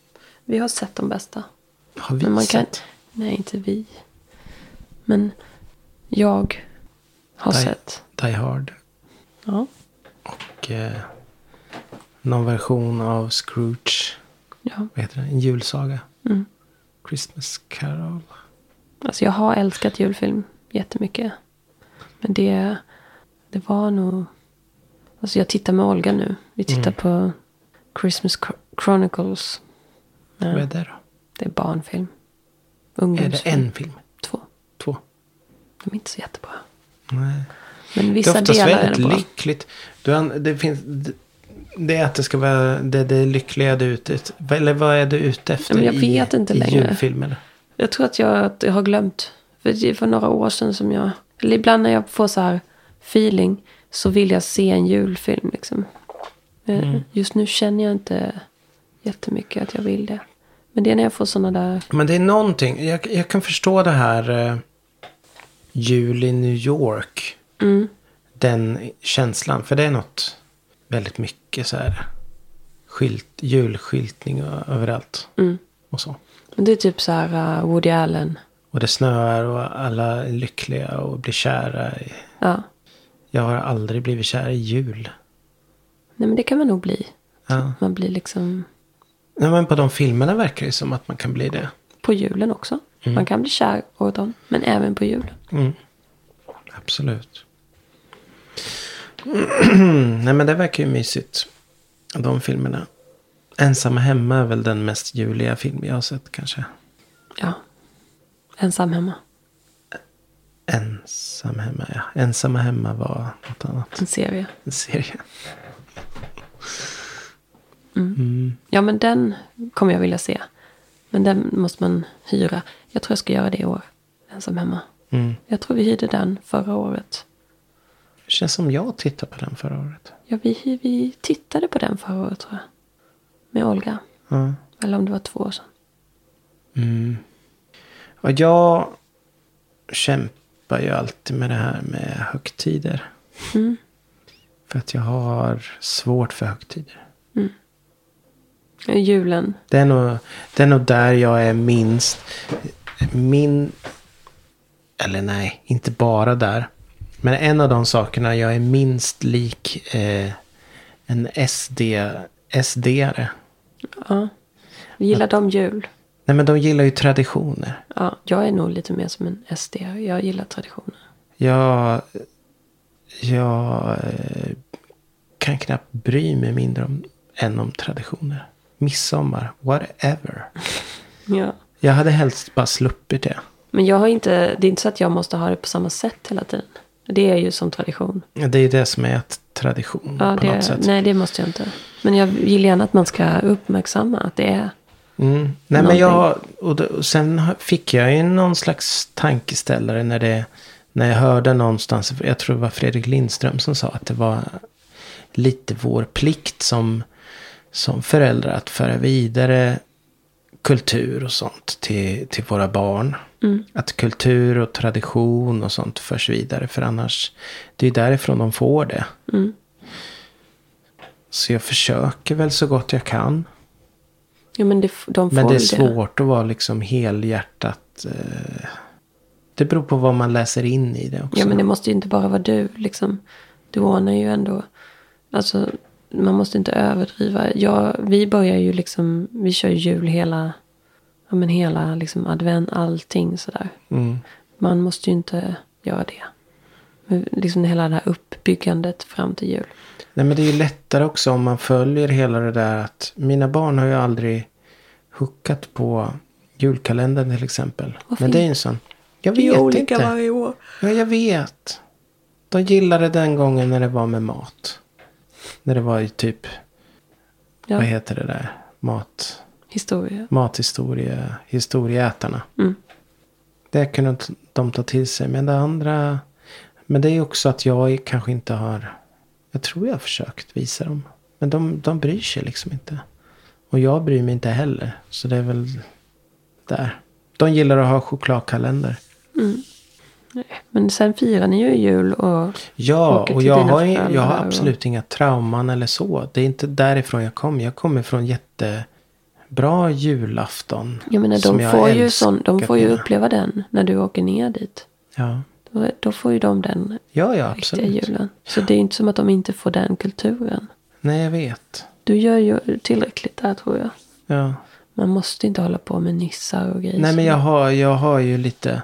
Speaker 3: Vi har sett de bästa.
Speaker 2: Har vi
Speaker 3: Men man kan,
Speaker 2: sett?
Speaker 3: nej, inte vi. Men jag har
Speaker 2: Nej.
Speaker 3: sett.
Speaker 2: Die Hard.
Speaker 3: Ja,
Speaker 2: Och, eh, någon version av Scrooge.
Speaker 3: ja.
Speaker 2: vad heter det? En julsaga.
Speaker 3: Mm.
Speaker 2: Christmas Carol.
Speaker 3: Alltså jag har älskat julfilm jättemycket. Men det, det var nog... Alltså jag tittar med Olga nu. Vi
Speaker 2: Mm.
Speaker 3: tittar på Christmas Chro- Chronicles. Ja, Mm.
Speaker 2: Vad är det då?
Speaker 3: det är barnfilm.
Speaker 2: Är det
Speaker 3: Ungdomsfilm.
Speaker 2: en film?
Speaker 3: Två.
Speaker 2: Två?
Speaker 3: De är inte så jättebra.
Speaker 2: Nej.
Speaker 3: Men
Speaker 2: Det är
Speaker 3: vissa
Speaker 2: oftast
Speaker 3: delar är
Speaker 2: väldigt
Speaker 3: bra.
Speaker 2: lyckligt. Du, an- det, finns, det- det är att det ska vara det, det lyckliga du är ute efter. Eller vad är du ute efter
Speaker 3: men jag
Speaker 2: i,
Speaker 3: vet inte
Speaker 2: i
Speaker 3: längre.
Speaker 2: julfilmer?
Speaker 3: Jag tror att jag, att jag har glömt. För det var några år sedan som jag... Eller ibland när jag får så här feeling så vill jag se en julfilm. Liksom. Eh, Just nu känner jag inte jättemycket att jag vill det. Men det är när jag får sådana där...
Speaker 2: Men det är någonting. Jag, jag kan förstå det här. Eh, jul i New York.
Speaker 3: mm,
Speaker 2: Den känslan. För det är något väldigt mycket så här. Skylt, julskyltning ö- överallt. Och så.
Speaker 3: mm. Men det är typ så här uh, Woody Allen.
Speaker 2: Och det snöar och alla är lyckliga och blir kära. i-
Speaker 3: Ja.
Speaker 2: Jag har aldrig blivit kär i jul.
Speaker 3: Nej men det kan man nog bli.
Speaker 2: Ja.
Speaker 3: Man blir liksom
Speaker 2: Nej, men på de filmerna verkar det som att man kan bli det.
Speaker 3: på julen också. Man kan bli kär året om. Men även på julen.
Speaker 2: Absolut. *clears throat* Nej men det verkar ju mysigt. De filmerna. Ensamma hemma är väl den mest juliga film jag har sett kanske.
Speaker 3: Ja. Ensam hemma.
Speaker 2: Ensam hemma, ja. Ensamma hemma var något annat.
Speaker 3: En serie.
Speaker 2: En serie.
Speaker 3: Ja men den kommer jag vilja se. Men den måste man hyra. Jag tror jag ska göra det i år. Ensam hemma.
Speaker 2: Mm.
Speaker 3: Jag tror vi hyrde den förra året.
Speaker 2: Det känns som jag tittade på den förra året.
Speaker 3: Ja, vi, vi tittade på den förra året tror jag. Med Olga.
Speaker 2: Ja.
Speaker 3: Eller om det var två år sedan.
Speaker 2: Och jag kämpar ju alltid med det här med högtider. För att jag har svårt för högtider.
Speaker 3: Eh, Julen.
Speaker 2: Det är, nog, det är nog där jag är minst. Min... Eller nej, inte bara där. Men en av de sakerna jag är minst lik eh, en SD, SD-are.
Speaker 3: Ja. Gillar de jul?
Speaker 2: Nej men de gillar ju traditioner.
Speaker 3: Ja, jag är nog lite mer som en SD. Jag gillar traditioner.
Speaker 2: Jag... Jag eh, kan knappt bry mig mindre om, än om traditioner. Midsommar, whatever.
Speaker 3: Ja.
Speaker 2: Jag hade helst bara sluppit det.
Speaker 3: Men jag har inte, det är inte så att jag måste ha det på samma sätt hela tiden. Det är ju som tradition.
Speaker 2: Det är ju det som är ett tradition
Speaker 3: Ja,
Speaker 2: på något
Speaker 3: det,
Speaker 2: sätt.
Speaker 3: nej, det måste jag inte. Men jag gillar gärna att man ska uppmärksamma att det är.
Speaker 2: Mm. Nej, men
Speaker 3: Någonting.
Speaker 2: jag, och, då, och sen har- fick jag ju någon slags tankeställare när, det, när jag hörde någonstans, jag tror det var Fredrik Lindström som sa att det var lite vår plikt som, som föräldrar att föra vidare kultur och sånt till, till våra barn. Att kultur och tradition och sånt förs vidare, för annars, det är ju därifrån de får det. Så jag försöker väl så gott jag kan.
Speaker 3: Ja, men det, f- de får
Speaker 2: Men det är
Speaker 3: väl
Speaker 2: svårt att vara liksom helhjärtat. Eh, det beror på vad man läser in i det också.
Speaker 3: Ja, men det måste ju inte bara vara du. Liksom. Du ordnar ju ändå... Alltså, man måste inte överdriva. Jag, vi börjar ju liksom... Vi kör ju jul hela... Ja, men hela liksom advent, allting sådär.
Speaker 2: Mm.
Speaker 3: Man måste ju inte göra det. Men liksom hela det här uppbyggandet fram till jul.
Speaker 2: Nej, men det är ju lättare också om man följer hela det där att mina barn har ju aldrig huckat på julkalendern till exempel.
Speaker 3: Varför
Speaker 2: men det är ju en sån. Jag
Speaker 3: Det är
Speaker 2: vet
Speaker 3: olika
Speaker 2: inte.
Speaker 3: varje år.
Speaker 2: Ja, jag vet. De gillade den gången när det var med mat. När det var ju typ,
Speaker 3: Ja,
Speaker 2: vad heter det där? Mat.
Speaker 3: historia.
Speaker 2: mathistoria, historieätarna.
Speaker 3: Mm.
Speaker 2: Det kunde t- de ta till sig. Men det andra. Men det är ju också att jag kanske inte har. Jag tror jag har försökt visa dem. Men de, de bryr sig liksom inte. Och jag bryr mig inte heller. Så det är väl där. De gillar att ha chokladkalender.
Speaker 3: Men sen firar ni ju jul och...
Speaker 2: Ja,
Speaker 3: Åker
Speaker 2: och
Speaker 3: till
Speaker 2: jag
Speaker 3: dina
Speaker 2: har, ju- jag
Speaker 3: föräldrar
Speaker 2: har
Speaker 3: och-
Speaker 2: absolut inga trauman eller så. Det är inte därifrån jag kommer. Jag kommer från jättebra julafton.
Speaker 3: Jag menar,
Speaker 2: som
Speaker 3: de, får ju,
Speaker 2: älskat
Speaker 3: sån, de får ju
Speaker 2: mina-
Speaker 3: uppleva den när du åker ner dit.
Speaker 2: Ja.
Speaker 3: Då, då får ju de den
Speaker 2: Ja, ja,
Speaker 3: riktiga
Speaker 2: absolut.
Speaker 3: julen. Så det är ju inte som att de inte får den kulturen.
Speaker 2: Nej, jag vet.
Speaker 3: Du gör ju tillräckligt där tror jag.
Speaker 2: Ja.
Speaker 3: Man måste inte hålla på med nissar och grejer.
Speaker 2: Nej, men jag har, jag har ju lite...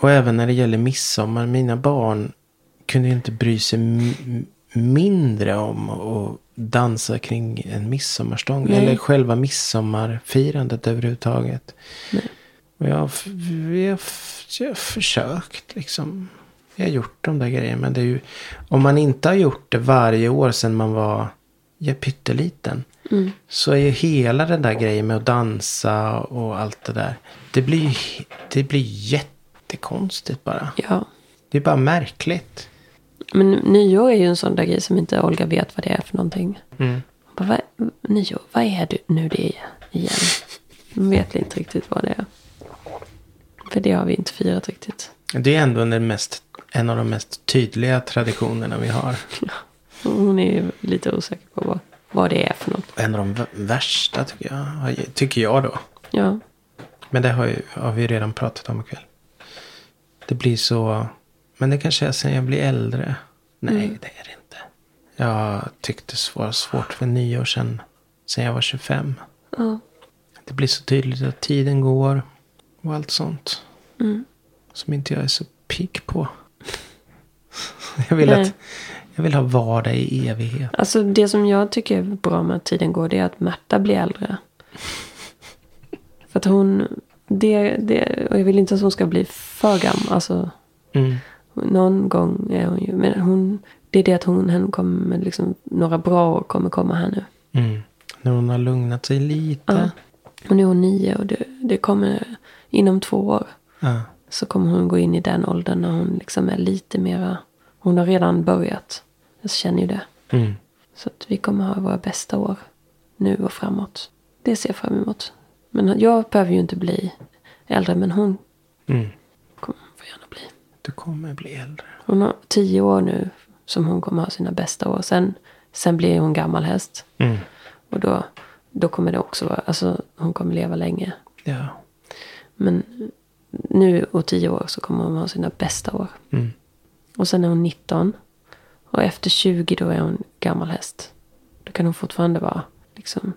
Speaker 2: Och även när det gäller midsommar. Mina barn kunde ju inte bry sig m- mindre om att dansa kring en midsommarstång.
Speaker 3: Nej.
Speaker 2: Eller själva midsommarfirandet överhuvudtaget.
Speaker 3: Nej.
Speaker 2: Och jag, har f- jag, har f- jag har försökt liksom. Jag har gjort de där grejerna. Men det är ju, om man inte har gjort det varje år sedan man var ja, pytteliten. Så är ju hela den där grejen med att dansa och allt det där. Det blir, ju- det blir jättekonstigt bara.
Speaker 3: Ja.
Speaker 2: Det är bara märkligt. Mm.
Speaker 3: Men nyår är ju en sån där grej som inte Olga vet vad det är för någonting. Bara, vad, nyår, vad är du nu det är igen? De vet inte riktigt vad det är. För det har vi inte firat riktigt.
Speaker 2: Det är ändå den mest, en av de mest tydliga traditionerna vi har.
Speaker 3: Hon är ju lite osäker på vad, vad det är för något.
Speaker 2: En av de v- värsta tycker jag. Tycker jag då.
Speaker 3: Ja,
Speaker 2: Men det har, ju, har vi ju redan pratat om ikväll. Det blir så. Men det kanske är sen jag blir äldre. Nej, det är det inte. Jag tyckte det var svårt för nio år sedan. Sen jag var 25.
Speaker 3: Ja.
Speaker 2: Det blir så tydligt att tiden går. Och allt sånt. Mm. Som inte jag är så pigg på. *laughs* Jag vill,
Speaker 3: Nej.
Speaker 2: att, jag vill ha vardag i evighet.
Speaker 3: alltså det som jag tycker är bra med att tiden går det är att Märta blir äldre. För att hon, det, det, och jag vill inte att hon ska bli för gammal. Alltså,
Speaker 2: Mm.
Speaker 3: Någon gång är hon ju, men hon, det är det att hon, hon kommer, liksom, några bra år kommer komma här nu.
Speaker 2: Mm. När hon har lugnat sig lite.
Speaker 3: Ja. Och nu är hon nio och det, det kommer, inom två år
Speaker 2: Ja.
Speaker 3: så kommer hon gå in i den åldern när hon liksom är lite mera, hon har redan börjat. Jag känner ju det.
Speaker 2: Mm.
Speaker 3: Så att vi kommer ha våra bästa år nu och framåt. Det ser jag fram emot. Men jag behöver ju inte bli äldre, men hon
Speaker 2: Mm.
Speaker 3: kommer få gärna bli.
Speaker 2: Du kommer bli äldre.
Speaker 3: Hon har tio år nu som hon kommer ha sina bästa år. Sen, sen blir hon gammal häst.
Speaker 2: Mm.
Speaker 3: Och då, då kommer det också vara, alltså hon kommer leva länge.
Speaker 2: Ja.
Speaker 3: Men nu och tio år så kommer hon ha sina bästa år.
Speaker 2: Mm.
Speaker 3: Och sen är hon 19. Och efter 20 då är hon gammal häst. Då kan hon fortfarande vara, liksom,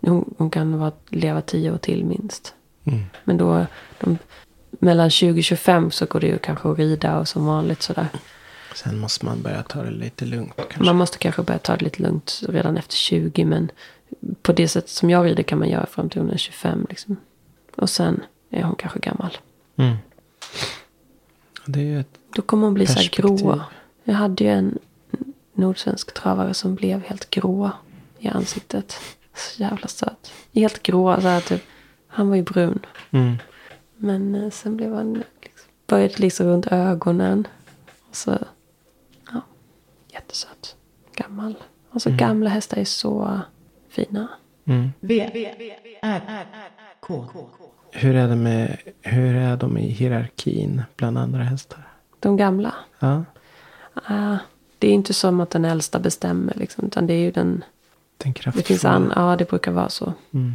Speaker 3: hon, hon kan vara, leva tio år till minst.
Speaker 2: Mm.
Speaker 3: Men då, de, mellan 20 och 25 så går det ju kanske att rida och som vanligt sådär.
Speaker 2: Sen måste man börja ta det lite lugnt kanske.
Speaker 3: Man måste kanske börja ta det lite lugnt redan efter 20. Men på det sätt som jag rider kan man göra fram till hon är 25. Liksom. Och sen är hon kanske gammal.
Speaker 2: Mm. Det är ju ett...
Speaker 3: Då kommer hon bli så här
Speaker 2: Perspektiv.
Speaker 3: grå. Jag hade ju en nordsvensk travare som blev helt grå i ansiktet. Så jävla söt. Helt grå. Så här, typ. Han var ju brun.
Speaker 2: Mm.
Speaker 3: Men eh, sen blev han liksom, började liksom runt ögonen. Och så, ja, jättesöt. Gammal. Alltså gamla hästar är så fina.
Speaker 2: Mm.
Speaker 1: V, R, K.
Speaker 2: Hur, är det med, hur är de i hierarkin bland andra hästar?
Speaker 3: De gamla.
Speaker 2: Ja.
Speaker 3: Ah, det är inte som att den äldsta bestämmer liksom. Utan det är ju den.
Speaker 2: Den
Speaker 3: Det finns
Speaker 2: kraftfulla.
Speaker 3: an, ja det brukar vara så.
Speaker 2: Mm.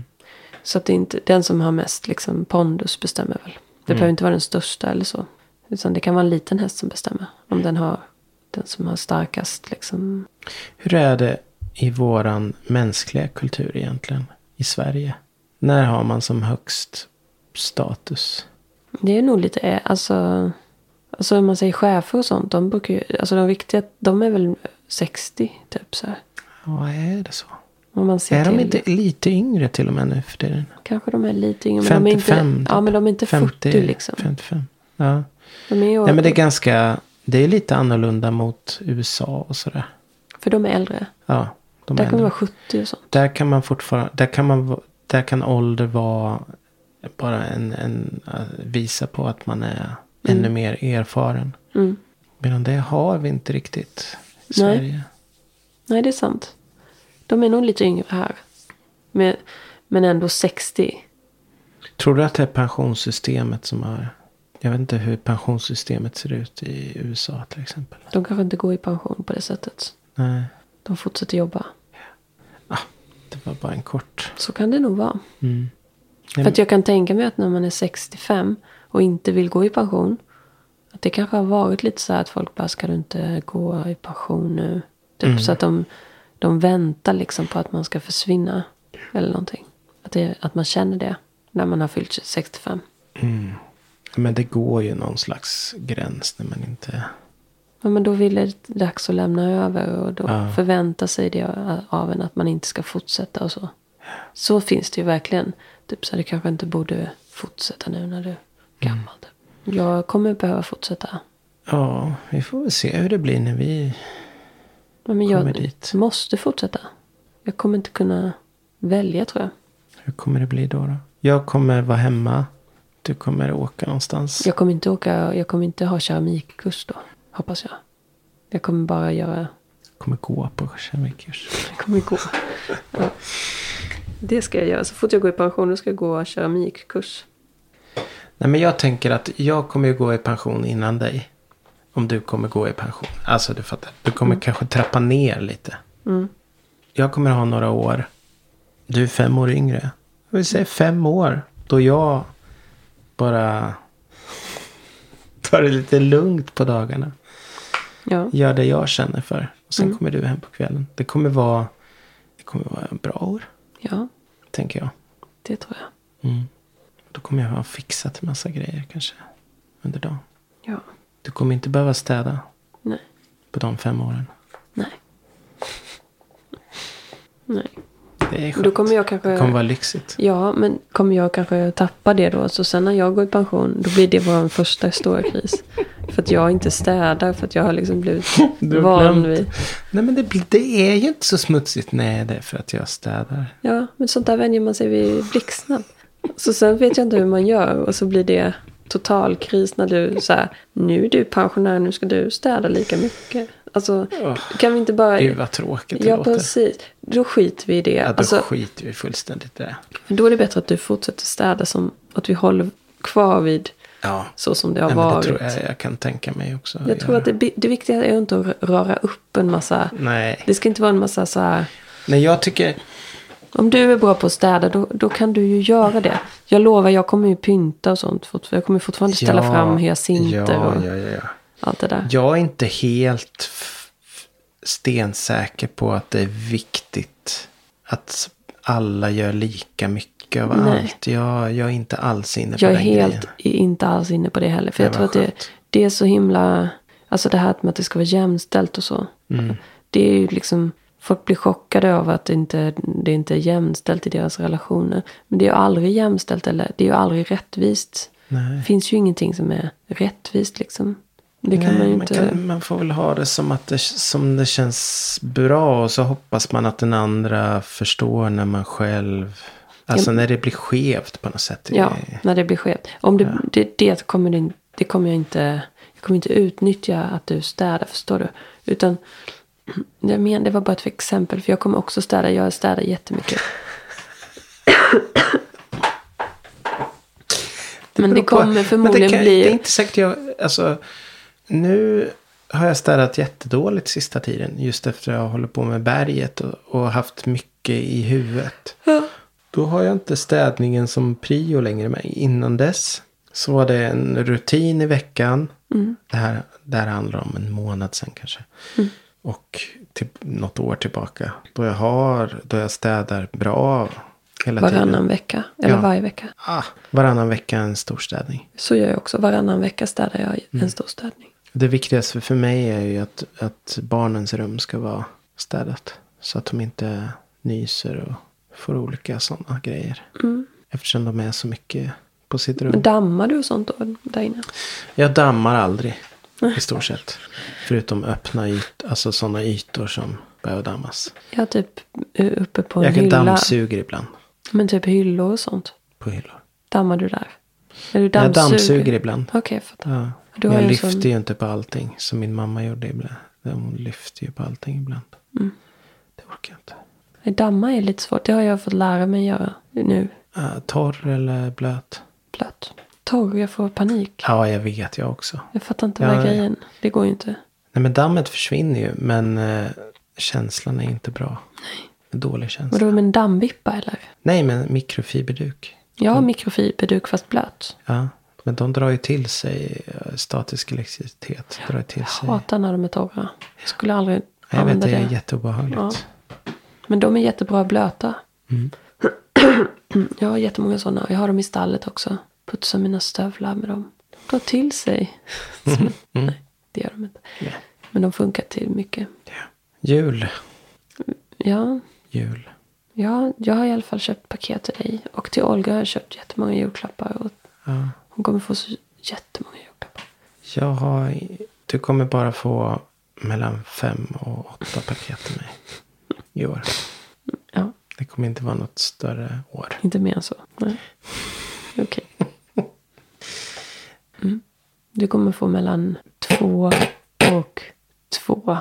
Speaker 3: Så att det är inte, den som har mest liksom pondus bestämmer väl. Det
Speaker 2: Mm.
Speaker 3: behöver inte vara den största eller så. Utan det kan vara en liten häst som bestämmer. Om den har den som har starkast liksom.
Speaker 2: Hur är det i våran mänskliga kultur egentligen? I Sverige? När har man som högst status?
Speaker 3: Det är nog lite, eh, alltså. Alltså om man säger chefer och sånt. De brukar ju, alltså de riktiga, de är väl 60 typ så här.
Speaker 2: Ja, är det så?
Speaker 3: Om man ser
Speaker 2: är
Speaker 3: till.
Speaker 2: de inte lite yngre till och med nu för tiden?
Speaker 3: Kanske de är lite yngre. Men
Speaker 2: 55?
Speaker 3: de är inte, ja
Speaker 2: typ.
Speaker 3: men de är inte 40 liksom.
Speaker 2: 55. Ja.
Speaker 3: De är ju,
Speaker 2: Nej men det är ganska, det är lite annorlunda mot USA och sådär.
Speaker 3: för de är äldre.
Speaker 2: Ja, de
Speaker 3: Där
Speaker 2: är
Speaker 3: kan de
Speaker 2: ändå-
Speaker 3: vara 70 och sånt.
Speaker 2: där kan man fortfarande, där kan man, va- där kan ålder vara bara en, en eh, visa på att man är ännu mer erfaren.
Speaker 3: Mm.
Speaker 2: Medan det har vi inte riktigt i
Speaker 3: Nej.
Speaker 2: Sverige.
Speaker 3: Nej, det är sant. De är nog lite yngre här. Men, men ändå 60.
Speaker 2: Tror du att det är pensionssystemet som har, jag vet inte hur pensionssystemet ser ut i USA till exempel.
Speaker 3: De kanske inte går i pension på det sättet.
Speaker 2: Nej,
Speaker 3: De fortsätter jobba.
Speaker 2: det var bara en kort.
Speaker 3: Så kan det nog vara.
Speaker 2: Mm.
Speaker 3: För att jag kan tänka mig att när man är 65 och inte vill gå i pension. Att det kanske har varit lite så här att folk bara, ska du inte gå i pension nu? Typ så att de, de väntar liksom på att man ska försvinna. Eller någonting. Att, det, att man känner det när man har fyllt 65.
Speaker 2: Men det går ju någon slags gräns när man inte...
Speaker 3: Ja, men då vill det dags att lämna över och då
Speaker 2: Ja.
Speaker 3: förväntar sig det av en att man inte ska fortsätta och så. Så finns det ju verkligen. Typ så här, du kanske inte borde fortsätta nu när du är
Speaker 2: Mm.
Speaker 3: gammal. typ. Jag kommer behöva fortsätta.
Speaker 2: Ja, vi får väl se hur det blir när vi...
Speaker 3: Ja, Men
Speaker 2: Kommer
Speaker 3: jag
Speaker 2: dit.
Speaker 3: måste fortsätta. Jag kommer inte kunna välja tror jag.
Speaker 2: Hur kommer det bli då? då? Jag kommer vara hemma. Du kommer åka någonstans.
Speaker 3: Jag kommer inte åka, jag kommer inte ha keramikkurs då. Hoppas jag. Jag kommer bara göra *laughs*
Speaker 2: Kommer gå på keramikurs.
Speaker 3: Jag kommer gå. Ja. Det ska jag göra. Så fort jag går i pension då ska jag gå keramikkurs.
Speaker 2: Nej men jag tänker att jag kommer ju gå i pension innan dig. Om du kommer gå i pension. Alltså du fattar. Du kommer kanske trappa ner lite. Jag kommer ha några år. Du är fem år yngre. Vi säger fem år. Då jag bara tar det lite lugnt på dagarna.
Speaker 3: Ja.
Speaker 2: Gör det jag känner för. Och sen
Speaker 3: Mm.
Speaker 2: kommer du hem på kvällen. Det kommer vara, det kommer vara en bra år.
Speaker 3: ja,
Speaker 2: Tänker jag. Mm.
Speaker 3: det tror jag.
Speaker 2: Då kommer jag ha fixat en massa grejer kanske. Under dagen.
Speaker 3: Ja,
Speaker 2: Du kommer inte behöva städa
Speaker 3: nej,
Speaker 2: på de fem åren.
Speaker 3: nej. *laughs* Nej.
Speaker 2: Det är
Speaker 3: Då
Speaker 2: skönt.
Speaker 3: kommer jag kanske-
Speaker 2: Det kommer vara
Speaker 3: *laughs*
Speaker 2: lyxigt.
Speaker 3: Ja, men kommer jag kanske tappa det då? Så sen när jag går i pension, då blir det vår första stora *laughs* kris. för att jag inte städar, för att jag har liksom blivit
Speaker 2: *laughs* Du har
Speaker 3: van
Speaker 2: glömt.
Speaker 3: vid...
Speaker 2: Nej men det, blir- det är ju inte så smutsigt. Nej, det är för att jag städar.
Speaker 3: Ja, men sånt där vänjer man sig vid blixtsnabbt. Så sen vet jag inte hur man gör och så blir det total kris när du så här, nu är du pensionär, nu ska du städa lika mycket. Alltså, kan vi inte bara...
Speaker 2: Gud vad tråkigt det
Speaker 3: ja,
Speaker 2: låter.
Speaker 3: precis. Då skiter vi i det.
Speaker 2: Ja, då
Speaker 3: alltså,
Speaker 2: skiter vi fullständigt i det.
Speaker 3: då är det bättre att du fortsätter städa som att vi håller kvar vid
Speaker 2: Ja.
Speaker 3: så som det har
Speaker 2: Nej, men det
Speaker 3: varit.
Speaker 2: tror jag jag kan tänka mig också.
Speaker 3: Jag tror
Speaker 2: göra.
Speaker 3: att det, bi- det viktiga är ju inte att röra upp en massa...
Speaker 2: Nej.
Speaker 3: Det ska inte vara en massa så här...
Speaker 2: Nej, jag tycker...
Speaker 3: Om du är bra på att städa, då, då kan du ju göra det. Jag lovar, jag kommer ju pynta och sånt. fort- Jag kommer fortfarande ställa
Speaker 2: Ja,
Speaker 3: fram hyacinter
Speaker 2: ja,
Speaker 3: och
Speaker 2: ja, ja, ja.
Speaker 3: allt det där.
Speaker 2: Jag är inte helt f- f- stensäker på att det är viktigt att alla gör lika mycket av
Speaker 3: Nej.
Speaker 2: allt. Jag, jag är inte alls inne på
Speaker 3: Jag är
Speaker 2: den
Speaker 3: helt,
Speaker 2: grejen.
Speaker 3: inte alls inne på det heller. För jag
Speaker 2: Nej,
Speaker 3: tror
Speaker 2: vad
Speaker 3: att det,
Speaker 2: skönt.
Speaker 3: det är så himla... Alltså det här med att det ska vara jämställt och så.
Speaker 2: Mm.
Speaker 3: Det är ju liksom... Folk blir chockade över att det inte, det inte är jämställt i deras relationer. Men det är ju aldrig jämställt eller det är ju aldrig rättvist.
Speaker 2: Nej.
Speaker 3: Det finns ju ingenting som är rättvist liksom. Det kan
Speaker 2: Nej,
Speaker 3: man ju
Speaker 2: man,
Speaker 3: inte...
Speaker 2: kan, man får väl ha det som att det, som det känns bra och så hoppas man att den andra förstår när man själv... Alltså när det blir skevt på något sätt.
Speaker 3: Ja, när det blir skevt. Om det, det, det, kommer det, in- det kommer jag inte... Jag kommer inte utnyttja att du städar, förstår du? Utan... *clears throat* Jag men, det var bara ett exempel, för jag kommer också städa. Jag
Speaker 2: *clears throat*
Speaker 3: städar jättemycket. men det
Speaker 2: beror på-
Speaker 3: kommer
Speaker 2: men
Speaker 3: förmodligen
Speaker 2: det kan,
Speaker 3: bli...
Speaker 2: Det är inte säkert jag... Alltså, nu har jag städat jättedåligt sista tiden. Just efter jag håller på med berget och, och haft mycket i huvudet. Då har jag inte städningen som prio längre. Men innan dess så var det en rutin i veckan.
Speaker 3: Mm.
Speaker 2: Det, här, det här handlar om en månad sen kanske. Och till, något år tillbaka. Då jag har, då jag städar bra hela tiden.
Speaker 3: Varannan vecka, eller
Speaker 2: Ja.
Speaker 3: varje vecka.
Speaker 2: Ah, varannan vecka en storstädning.
Speaker 3: Så gör jag också. Varannan vecka städar jag
Speaker 2: Mm.
Speaker 3: en stor städning.
Speaker 2: Det viktigaste för mig är ju att, att barnens rum ska vara städat. Så att de inte nyser och får olika sådana grejer. Eftersom de är så mycket på sitt rum.
Speaker 3: Mm. Men dammar du och sånt då, där inne?
Speaker 2: Jag dammar aldrig.
Speaker 3: *laughs*
Speaker 2: I stort sett. Förutom öppna ytor. Alltså sådana ytor som behöver dammas.
Speaker 3: Jag typ eh, uppe på en
Speaker 2: Jag kan
Speaker 3: hylla.
Speaker 2: dammsuger ibland.
Speaker 3: Men typ hyllor och sånt.
Speaker 2: På hyllor.
Speaker 3: Dammar du där? Är du
Speaker 2: Jag
Speaker 3: dammsuger?
Speaker 2: dammsuger ibland.
Speaker 3: Okej, jag fattar.
Speaker 2: Ja.
Speaker 3: Du har
Speaker 2: jag
Speaker 3: ju en
Speaker 2: lyfter
Speaker 3: sån-
Speaker 2: ju inte på allting. Som min mamma gjorde ibland. Hon lyfte ju på allting ibland.
Speaker 3: Mm.
Speaker 2: Det orkar jag inte.
Speaker 3: Nej, Damma är lite svårt. Det har jag fått lära mig göra nu.
Speaker 2: Eh, torr eller blöt?
Speaker 3: Blött. Torr, jag får panik.
Speaker 2: Ja, jag vet jag också.
Speaker 3: Jag fattar inte den
Speaker 2: Ja,
Speaker 3: här
Speaker 2: ja.
Speaker 3: grejen. Det går ju inte.
Speaker 2: Nej, men dammet försvinner ju. Men eh, känslan är inte bra. Nej. En dålig känsla.
Speaker 3: Vadå med en dammvippa eller?
Speaker 2: Nej, men mikrofiberduk.
Speaker 3: Jag har mikrofiberduk fast blöt.
Speaker 2: Ja, men de drar ju till sig eh, statisk elektricitet. Drar till sig.
Speaker 3: Hatar när de är torra. Jag skulle aldrig
Speaker 2: Ja, jag vet,
Speaker 3: använda
Speaker 2: det är
Speaker 3: det.
Speaker 2: jätteobehagligt.
Speaker 3: Ja. Men de är jättebra blöta. *clears throat* jag har jättemånga sådana. Jag har dem i stallet också. Putsar mina stövlar med dem. De drar till sig. *laughs* Nej, det gör de inte.
Speaker 2: Nej.
Speaker 3: Men de funkar till mycket.
Speaker 2: Ja. Jul.
Speaker 3: Ja,
Speaker 2: Jul.
Speaker 3: Ja, jag har i alla fall köpt paket till dig. Och till Olga har jag köpt jättemånga julklappar. Och
Speaker 2: Ja.
Speaker 3: hon kommer få så jättemånga julklappar.
Speaker 2: Jag har... Du kommer bara få mellan fem och åtta paket av mig. I år.
Speaker 3: Ja,
Speaker 2: Det kommer inte vara något större år.
Speaker 3: inte mer än så. Nej. Okej. Mm. Du kommer få mellan två och två.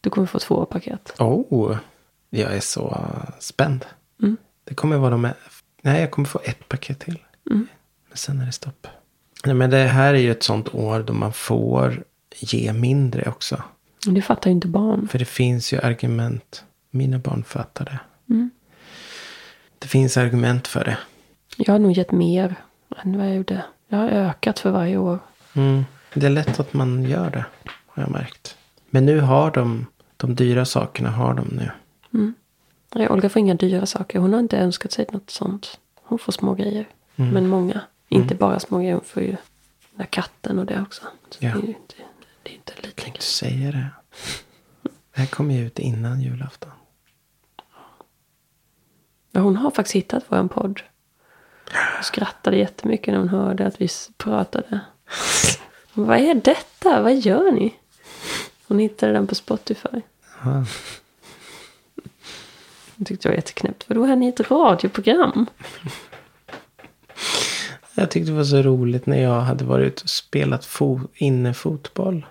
Speaker 3: Du kommer få två paket.
Speaker 2: Oh, jag är så eh, spänd. Det kommer vara de... Nej, jag kommer få ett paket till. Men sen är det stopp. Nej, men det här är ju ett sånt år då man får ge mindre också.
Speaker 3: Men Det fattar ju inte barn.
Speaker 2: För det finns ju argument. Mina barn fattar det. Det finns argument för det.
Speaker 3: Jag har nog gett mer än vad jag gjorde. Jag har ökat för varje år.
Speaker 2: Mm. Det är lätt att man gör det, har jag märkt. Men nu har de, de dyra sakerna har de nu.
Speaker 3: Nej, Olga får inga dyra saker. Hon har inte önskat sig något sånt. Hon får små grejer. Men många. Inte bara små grejer. Hon får ju den där katten och det också. Så
Speaker 2: Ja.
Speaker 3: det, är ju inte, det är inte lite
Speaker 2: Kan inte säga det. Det här kommer ju ut innan julafton.
Speaker 3: Men hon har faktiskt hittat vår podd. Hon skrattade jättemycket när hon hörde att vi s- pratade. Hon bara, Vad är detta? Vad gör ni? Hon hittade den på Spotify.
Speaker 2: Ah.
Speaker 3: Hon tyckte det var jätteknäppt. Vadå, är ni ett radioprogram?
Speaker 2: Jag tyckte det var så roligt när jag hade varit ute och spelat fo- innefotboll.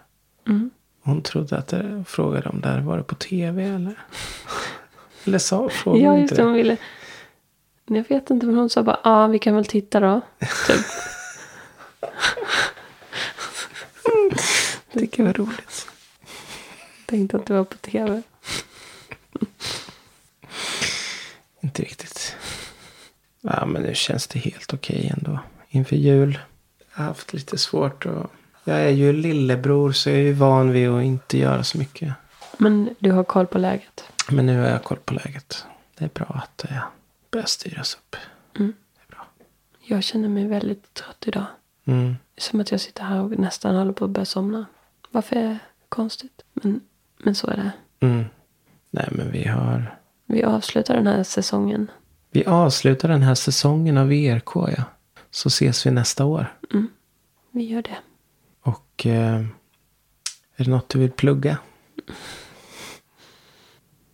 Speaker 3: Mm.
Speaker 2: Hon trodde att det frågade om det här var det på tv eller? Eller sa frågade
Speaker 3: ja,
Speaker 2: hon
Speaker 3: just
Speaker 2: inte
Speaker 3: det.
Speaker 2: det?
Speaker 3: Hon ville... Jag vet inte, men hon sa bara, ja, vi kan väl titta då. *laughs* Typ. det kan vara roligt. Tänkte att det var på tv.
Speaker 2: Inte riktigt. Ja, men nu känns det helt okej ändå. Inför jul. Jag har haft lite svårt och... Jag är ju lillebror så jag är ju van vid att inte göra så mycket.
Speaker 3: Men du har koll på läget.
Speaker 2: Men nu har jag koll på läget. Det är bra att det börjar styras upp. Det är bra.
Speaker 3: Jag känner mig väldigt trött idag.
Speaker 2: Mm.
Speaker 3: Det är Som att jag sitter här och nästan håller på att börja somna. Varför är det konstigt? Men, men så är det.
Speaker 2: Mm. Nej, men vi har...
Speaker 3: Vi avslutar den här säsongen.
Speaker 2: Vi avslutar den här säsongen av ERK, ja. Så ses vi nästa år.
Speaker 3: Vi gör det.
Speaker 2: Och eh, är det något du vill plugga?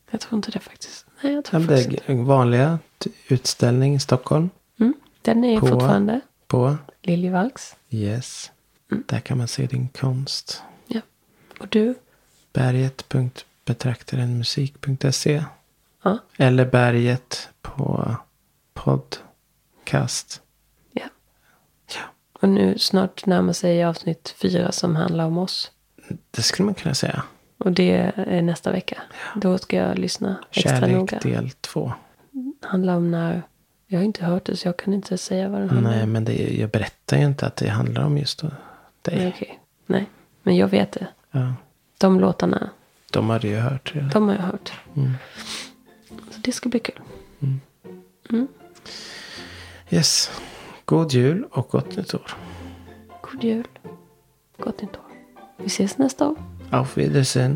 Speaker 3: Jag tror inte det faktiskt. Nej, jag
Speaker 2: Ja,
Speaker 3: tror
Speaker 2: men
Speaker 3: faktiskt
Speaker 2: Det
Speaker 3: inte.
Speaker 2: är vanliga t- utställning i Stockholm.
Speaker 3: Mm. Den är
Speaker 2: På-
Speaker 3: fortfarande
Speaker 2: På
Speaker 3: Liljevalchs.
Speaker 2: Yes.
Speaker 3: Mm.
Speaker 2: Där kan man se din konst.
Speaker 3: Ja. Och du?
Speaker 2: Berget.betraktarenmusik.se
Speaker 3: Ja.
Speaker 2: Eller berget på podcast.
Speaker 3: ja.
Speaker 2: Ja,
Speaker 3: Och nu snart närmar sig avsnitt fyra som handlar om oss.
Speaker 2: det skulle man kunna säga.
Speaker 3: Och det är nästa vecka. Då ska jag lyssna extra noga.
Speaker 2: Kärlek del två.
Speaker 3: handlar om när... Jag har inte hört det så jag kan inte säga vad den handlar
Speaker 2: Nej,
Speaker 3: om.
Speaker 2: men det, jag berättar ju inte att det handlar om just dig.
Speaker 3: Nej, okej. Nej, men jag vet det.
Speaker 2: Ja,
Speaker 3: De låtarna,
Speaker 2: de hade ju hört det.
Speaker 3: de har jag hört. Så det ska bli kul.
Speaker 2: Yes. God jul och gott nytt år.
Speaker 3: God jul. Gott nytt år. Vi ses nästa år.
Speaker 2: Auf Wiedersehen.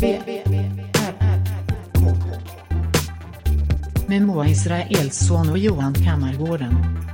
Speaker 1: B, B, R, R, K. Med Moa Israelsson och Johan Kammargården.